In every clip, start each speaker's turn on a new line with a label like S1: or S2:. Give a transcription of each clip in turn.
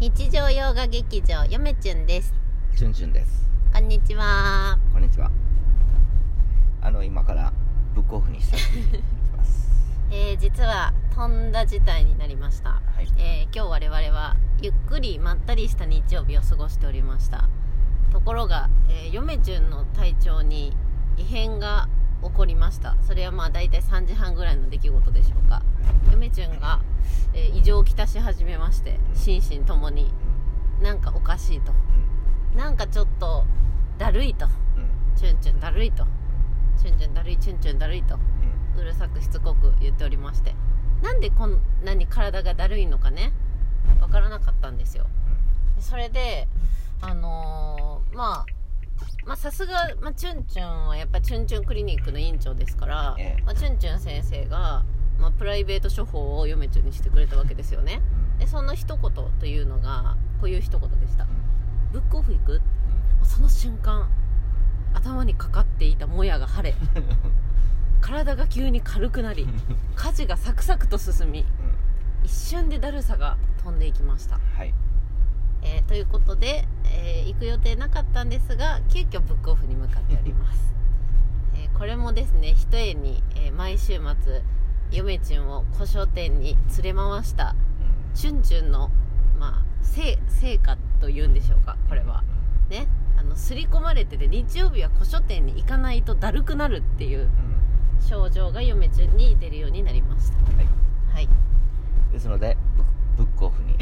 S1: 日常洋画劇場よめちゅんです
S2: チュンチュンです
S1: こんにちは
S2: こんにちはあの今からブックオフに久しぶりに行きます
S1: えー、実はとんだ事態になりました、
S2: はい
S1: えー今日我々はゆっくりまったりした日曜日を過ごしておりましたところが、えー、よめちゅんの体調に異変が起こりましたそれはまあ大体3時半ぐらいの出来事でしょうかよめちゅんが、えー異常をきたし始めまして心身ともになんかおかしいとなんかちょっとだるいと
S2: うんうん
S1: チュンチュンだるいとチュンチュンだるいチュンチュンだるいと
S2: うん
S1: うるさくしつこく言っておりましてなんでこんなに体がだるいのかねわからなかったんですよでそれであのーまあまあさすが、まあ、チュンチュンはやっぱチュンチュンクリニックの院長ですから、
S2: ええ
S1: まあ、チュンチュン先生が、まあ、プライベート処方を嫁ちゅんにしてくれたわけですよねでその一言というのがこういう一言でした「ブックオフ行く?」その瞬間頭にかかっていたもやが晴れ体が急に軽くなり
S2: うんうん
S1: 家事がサクサクと進み一瞬でだるさが飛んでいきました、
S2: はい
S1: えーということで、えー行く予定なかったんですが急遽ブックオフに向かっております、えーこれもですねひとえに、えー毎週末嫁ちゅんを古書店に連れ回した
S2: うん
S1: チュンチュンのまあ成成果というんでしょうかこれはねあの刷り込まれてて日曜日は古書店に行かないとだるくなるっていう
S2: うん
S1: 症状が嫁ちゅんに出るようになりました
S2: はい
S1: はい
S2: ですのでブックブックオフに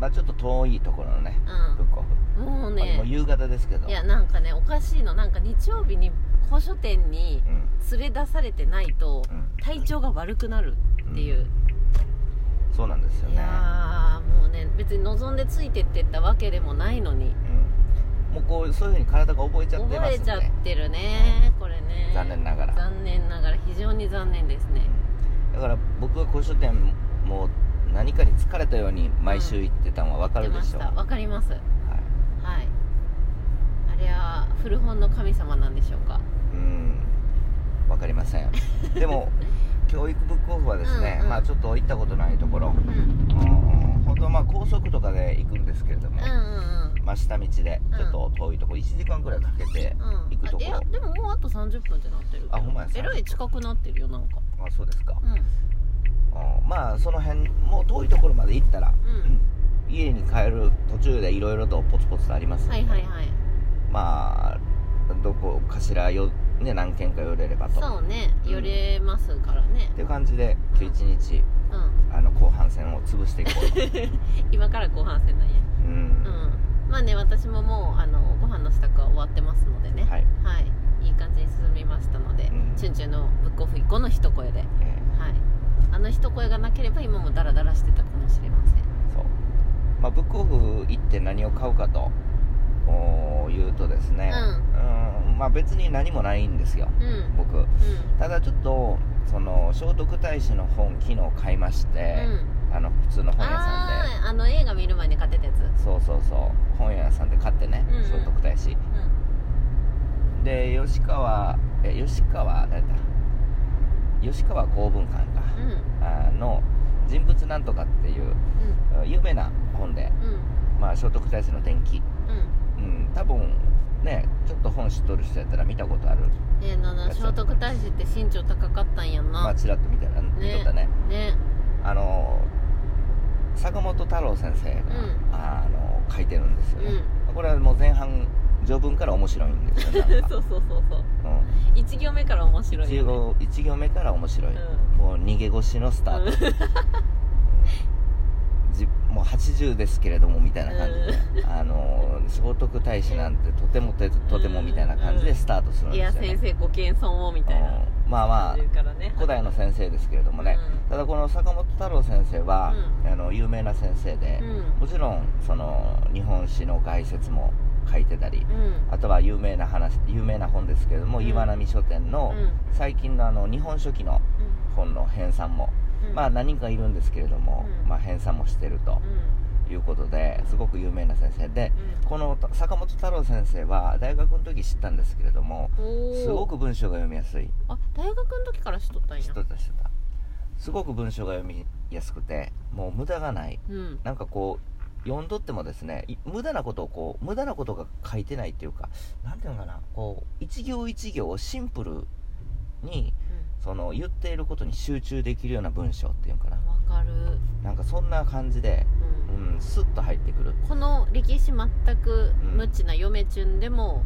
S2: まあちょっと遠いところのねブックオフ
S1: うんもう
S2: まあもう
S1: ね
S2: 夕方ですけど
S1: いやなんかねおかしいのなんか日曜日に古書店に
S2: うん
S1: 連れ出されてないと
S2: うん
S1: 体調が悪くなるっていう、
S2: そうなんですよ
S1: い
S2: ね
S1: やーもうね別に望んでついてってったわけでもないのに
S2: うんもうこうそういうふうに体が覚えちゃってま
S1: 覚え
S2: すん
S1: ちゃっ
S2: で
S1: てるねこれね
S2: 残念ながら
S1: 残念ながら非常に残念ですね
S2: だから僕が古書店もう何かに疲れたように毎週行ってたのは分か
S1: 出
S2: る
S1: ま
S2: で
S1: し
S2: しょう、
S1: たわかります
S2: はい、
S1: はい。あれは古本の神様なんでしょうか。
S2: うん分かりま せんでも教育ブックオフはですね、
S1: うんうん
S2: まあちょっと行ったことないところ
S1: うん。うん
S2: うん本当はまあ高速とかで行くんですけれども、
S1: うん
S2: まあ下道でちょっと遠いとこ1時間くらいかけて、
S1: うん。うん。
S2: 行くとこ
S1: あいやでももうあと30分ってなってるけど。
S2: あほんまや
S1: えらい近くなってるよなんか。
S2: まあそうですか、
S1: うん。
S2: うんまあその辺もう遠いところまで行ったら、
S1: うん
S2: 家に帰る途中でいろいろとポツポツとありますの
S1: は
S2: で、
S1: いはいはい。
S2: まあどこかしらよ、ね、何軒か寄れればとっ
S1: そうね。
S2: うん
S1: 寄れますからね。
S2: ていう感じで今日一日、
S1: うん。
S2: あの後半戦を潰していこうと
S1: 今から後半戦なんや。
S2: う、
S1: うんん。まあね私ももうあのご飯の支度は終わってますのでね。
S2: はい、
S1: はい。いい感じに進みましたので、
S2: うん
S1: チュンチュンのブックオフ以降の一声で、はい。
S2: え
S1: あの一声がなければ今もダラダラしてたかもしれません。
S2: ーそうまあブックオフ行って何を買うかとおー言うとですねうんまあ別に何もないんですよ
S1: うん。うん。
S2: 僕ただちょっとその聖徳太子の本昨日買いまし
S1: う
S2: て、
S1: ん
S2: あの普通の本屋さんで
S1: あーあの映画見る前に買ってたやつ
S2: そうそうそう本屋さんで買ってね、
S1: うんうん
S2: 聖徳太子
S1: う
S2: で吉川え吉川誰だ吉川公文館か、
S1: んうん
S2: あの「人物なんとか」っていう有名な本で、
S1: うん
S2: まあ、聖徳太子の伝記、
S1: うん
S2: うん、多分ねちょっと本知っとる人やったら見たことある
S1: えー、なな聖徳太子って身長高かったんやん
S2: ま
S1: な
S2: あちらっと見たら見とったね
S1: ね
S2: あの坂本太郎先生が、あの書いてるんです
S1: う
S2: よね、
S1: ん
S2: これはもう前半序文から面白いんですよなんか
S1: そうそうそうそう
S2: うん
S1: 一行目から面白い
S2: 一
S1: よね
S2: 行一行目から面白い、
S1: う
S2: もう逃げ腰のスタート、じもう80ですけれどもみたいな感じで、あの聖徳太子なんてとてもてとてもみたいな感じでスタートするん
S1: んい
S2: で
S1: や
S2: すよ、ね
S1: 先生ご謙遜をみたいな
S2: うんまあまあ
S1: 感じからね
S2: 古代の先生ですけれどもね、ただこの坂本太郎先生は、あの有名な先生で
S1: うん、
S2: もちろんその日本史の概説も書いてたり
S1: うんうん
S2: あとは有名な話有名な本ですけれども、
S1: うん
S2: 岩波書店の
S1: うん
S2: 最近のあの日本書紀の本の編纂も、
S1: うん
S2: まあ何人かいるんですけれども、
S1: うん
S2: まあ、編纂もしてると
S1: うんうん
S2: いうことですごく有名な先生でこの坂本太郎先生は大学の時知ったんですけれども
S1: おー
S2: すごく文章が読みやすい
S1: あ大学の時から知っとったんや
S2: 人たちだすごく文章が読みやすくてもう無駄がない
S1: うん
S2: なんかこ読んどってもですねい無駄なことをこう無駄なことが書いてないっていうかなんていうのかなこう一行一行をシンプルにその言っていることに集中できるような文章っていうのかな
S1: わかる、
S2: なんかそんな感じで、
S1: う
S2: うん、スッと入ってくる
S1: ん、この歴史全く無知な嫁チュンでも、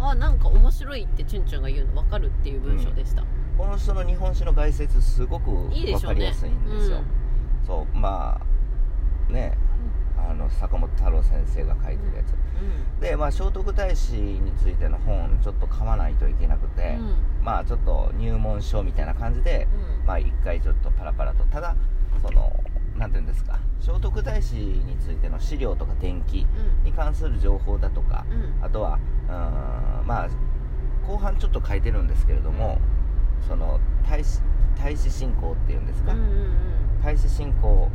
S1: あなんか面白いってチュンチュンが言うのわかるっていう文章でした、
S2: この人の日本史の概説すごく
S1: いいで
S2: 分
S1: しょ
S2: か
S1: うね
S2: りやすいんですよそうまあねあの坂本太郎先生が書いてるやつ、でまあ聖徳太子についての本ちょっと買わないといけなく
S1: うん
S2: て、
S1: うん
S2: まあちょっと入門書みたいな感じで
S1: うん
S2: まあ一回ちょっとパラパラとただそのなんていうんですか聖徳太子についての資料とか伝記に関する情報だとか
S1: うんうん
S2: あとはうーんまあ後半ちょっと書いてるんですけれどもその太子太子信仰っていうんですか、
S1: うんうん
S2: 太子信仰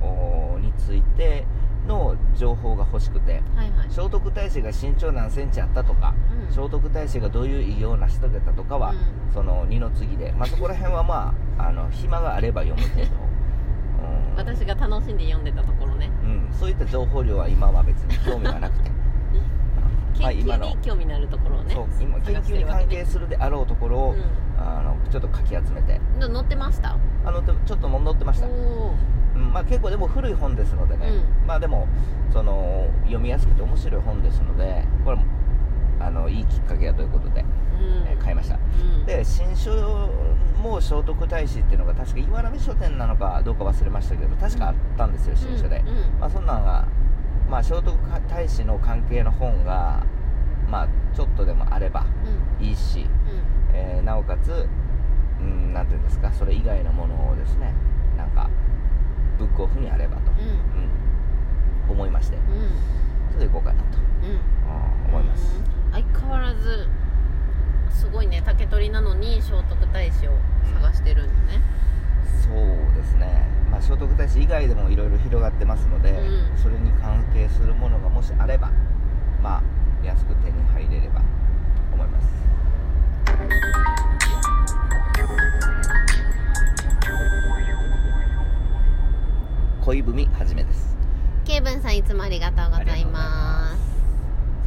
S2: おーについての情報が欲しくて
S1: うんはいはい、
S2: 聖徳太子が身長何センチあったとか
S1: うん
S2: 聖徳太子がどういう偉業を成し遂げたとかは、
S1: うん
S2: その二の次で、まあ、そこら辺はまああの暇があれば読むけど、うん
S1: 私が楽しんで読んでたところね
S2: うん、そういった情報量は今は別に興味がなくてま
S1: 研
S2: あ今
S1: 究
S2: の
S1: に興味のあるところをね
S2: そう今研
S1: 探して
S2: 究
S1: る
S2: に
S1: わけ
S2: 関
S1: ね
S2: 係するであろうところを、あのちょっとかき集めて
S1: うんで載ってました
S2: あのでもちょっともう載ってました、
S1: おー
S2: うんまあ、結構でも古い本ですのでね、まあでもその読みやすくて面白い本ですのでこれもあのいいきっかけやということで、
S1: うん
S2: えー買いました
S1: うん
S2: で新書も聖徳太子っていうのが確か岩波書店なのかどうか忘れましたけど確かあったんですよ新書で、
S1: うんうん
S2: まあ、そんなんが、まあ、聖徳太子の関係の本が、まあ、ちょっとでもあれば
S1: うん
S2: いいし、
S1: うん
S2: えーなおかつ、うん、なんていうんですかそれ以外のものをですねなんかブックオフにあればと、うん思いまして
S1: うんうん
S2: それでいこうかなと、
S1: うん
S2: うん思います、
S1: うん相変わらずすごいね竹取なのに聖徳太子を探してるんだね、
S2: そうですね、まあ、聖徳太子以外でもいろいろ広がってますので、
S1: うん
S2: それに関係するものがもしあればまあ安く手に入れれば思います恋文はじめです
S1: ケイブンさんいつもありがとうございます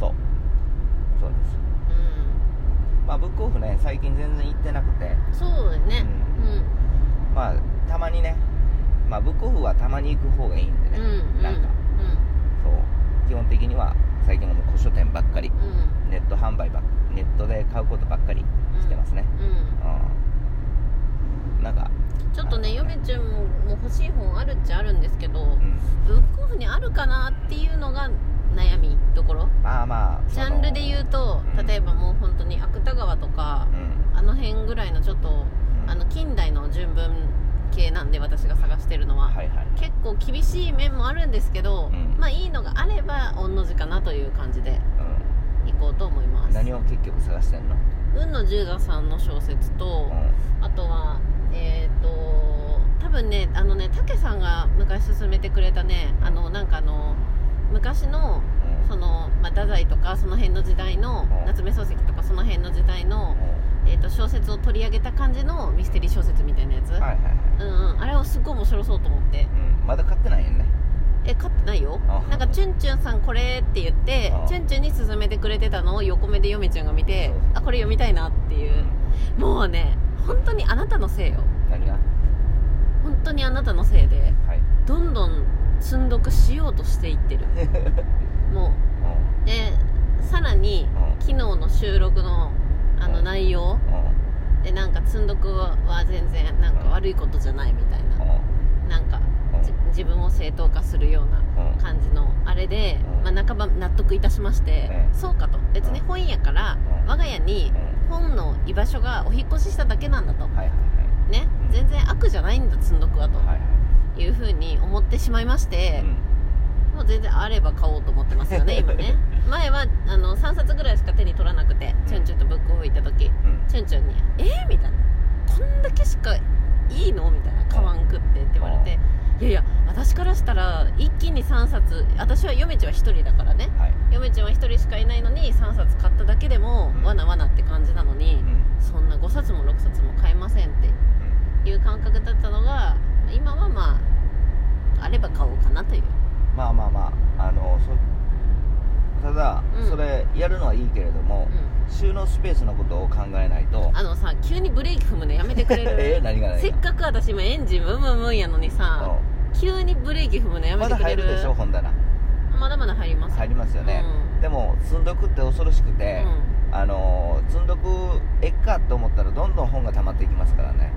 S2: そうそうですまあブックオフね最近全然行ってなくて、
S1: うんそうだね
S2: うん
S1: う
S2: まあたまにねまあブックオフはたまに行く方がいいんで
S1: ん
S2: ね、
S1: うん
S2: なんかそう基本的には最近はもう古書店ばっかり
S1: うんうん
S2: ネット販売ばっネットで買うことばっかり
S1: うん
S2: してますね
S1: うん
S2: うんなんか
S1: ちょっとね
S2: なるほ
S1: 嫁
S2: どね
S1: ちゃんもも欲しい本あるっちゃあるんですけど
S2: うん
S1: ブックオフにあるかなっていうのが悩みどころ
S2: まあまあ
S1: ジャンルで言うと
S2: とうん
S1: 例えばもう本当に芥川とか
S2: うん
S1: あの辺ぐらいのちょっとあの近代の純文系なんで私が探してるのは、
S2: はいはい
S1: 結構厳しい面もあるんですけど、
S2: うん
S1: まあいいのがあれば御の字かなという感じでいこうと思いま
S2: うん
S1: す
S2: 何を結局探してんの
S1: 雲野十座さんの小説と
S2: う、ん
S1: あとはえっ、と多分ねあのね武さんが昔勧めてくれたねあのなんかあの昔の
S2: うん
S1: その、まあ、太宰とかその辺の時代の
S2: うん
S1: 夏目漱石とかその辺の時代の、えー、と小説を取り上げた感じのミステリー小説みたいなやつ、
S2: うんはいはいはい
S1: うんうん、あれをすっごい面白そうと思って
S2: うんまだ買ってないよね
S1: え買ってないよ
S2: あ
S1: なんかチュンチュンさんこれって言って
S2: あ
S1: チュンチュンに勧めてくれてたのを横目でヨメちゃんが見て
S2: そうそう
S1: あこれ読みたいなっていううんもうね本当にあなたのせいよ
S2: 何が
S1: 本当にあなたのせいで
S2: はい
S1: どんどん積んどくしようとしていって るも
S2: うん
S1: うでさらに
S2: うん
S1: 昨日の収録のあの
S2: うん
S1: 内容
S2: うん
S1: でなんか積んどくは全然なんか悪いことじゃないみたいな
S2: うん
S1: なんか
S2: うん
S1: じ自分を正当化するような
S2: うん
S1: 感じのあれで
S2: う、ん
S1: まあ、半ば納得いたしまして、
S2: ええ
S1: そうかと別に本屋から
S2: うん
S1: 我が家に本の居場所がお引っ越ししただけなんだと
S2: うんはいはい
S1: ね
S2: うん
S1: 全然悪じゃないんだ積んどくはと
S2: はいはい
S1: いうふうに思ってしまいまし
S2: は
S1: て
S2: い、うん
S1: もう全然あれば買おうと思ってますよね今 ね前はあの3冊ぐらいしか手に取らなくてチュンチュンとブックオフ行った時
S2: うん
S1: チュンチュンに「えーみたいな「こんだけしかいいの?」みたいな「買わんくって」って言われて「いやいや私からしたら一気に3冊私は夜道は1人だからね
S2: はい
S1: 夜道は1人しかいないのに3冊買っただけでも
S2: うん
S1: わなわなって感じなの
S2: う
S1: に
S2: ん
S1: そんな5冊も6冊も買えませんっ
S2: うん
S1: ていう感覚だったのが今はまああれば買おうかなという
S2: まあまあまああのそただ、
S1: うん
S2: それやるのはいいけれども、収納スペースのことを考えないと
S1: あのさ急にブレーキ踏むのやめてく
S2: え
S1: れ
S2: ー
S1: る
S2: 何が何が
S1: せっかく私今エンジンブンブンブンやのにさ
S2: う
S1: 急にブレーキ踏むのや
S2: ん
S1: め
S2: ま
S1: て
S2: だ
S1: くれ
S2: 入
S1: る
S2: るでしょ本棚
S1: まだまだ入ります
S2: 入りますよね、
S1: うん
S2: でも積んどくって恐ろしくて、あの積んどくえっかと思ったらどんどん本が溜まっていきますからね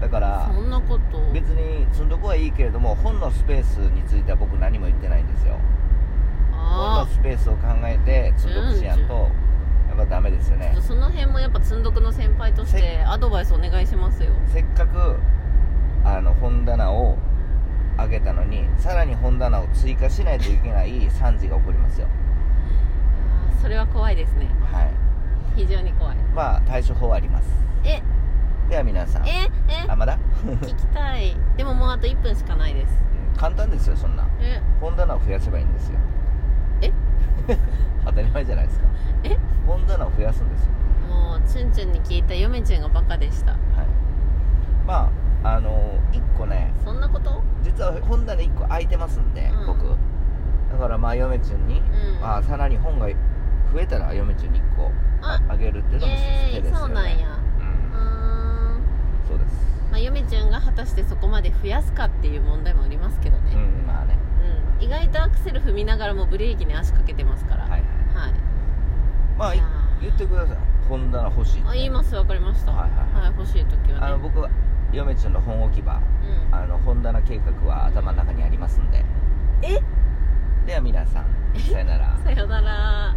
S2: だか
S1: うん
S2: ら
S1: そんなこと
S2: 別に積んどくはいいけれども本のスペースについては僕何も言ってないんですよ本の
S1: あ
S2: スペースを考えて積んどくしやんとやっぱダメですよ
S1: あ
S2: ね
S1: その辺もやっぱ積んどくの先輩として
S2: せ
S1: アドバイスお願いしますよ
S2: せっかくあの本棚を上げたのにさらに本棚を追加しないといけない惨事が起こりますよ
S1: あーそれは怖いですね
S2: はい
S1: 非常に怖い
S2: まあ対処法はあります
S1: え
S2: では皆さん
S1: え
S2: あ
S1: え
S2: まだ
S1: 聞きたいでももうあと1分しかないです
S2: うん簡単ですよそんな
S1: え
S2: 本棚を増やせばいいんですよ
S1: え
S2: 当たり前じゃないですか
S1: え
S2: 本棚を増やすんですよ
S1: もうチュンチュンに聞いた嫁チュンがバカでした
S2: はいまああの1個ね
S1: そんなこと
S2: 実は本棚1個空いてますんで、
S1: うん
S2: 僕だからまあ嫁ちゅんに、
S1: うん
S2: まあ、さらに本が増えたら嫁ちゅんに1個
S1: あ
S2: あげるっていうのも
S1: イエ
S2: 手
S1: ー
S2: で
S1: イ
S2: す
S1: そ
S2: よ
S1: うなん
S2: ね
S1: や
S2: う
S1: うーん
S2: んそうです
S1: まあ嫁チュンが果たしてそこまで増やすかっていう問題もありますけど
S2: う
S1: ね、
S2: んまあね
S1: うん意外とアクセル踏みながらもブレーキに足かけてますから
S2: はいはい
S1: はい
S2: まあ
S1: い
S2: い
S1: やー
S2: 言ってください本棚欲しいって
S1: あ言いますわかりました
S2: はいはい
S1: はい欲しい時
S2: あ
S1: は
S2: の
S1: ね
S2: 僕は嫁ちゅんの本置き場
S1: うん
S2: あの本棚計画は頭の中にありますんで
S1: え
S2: では皆さんさよなら
S1: さよなら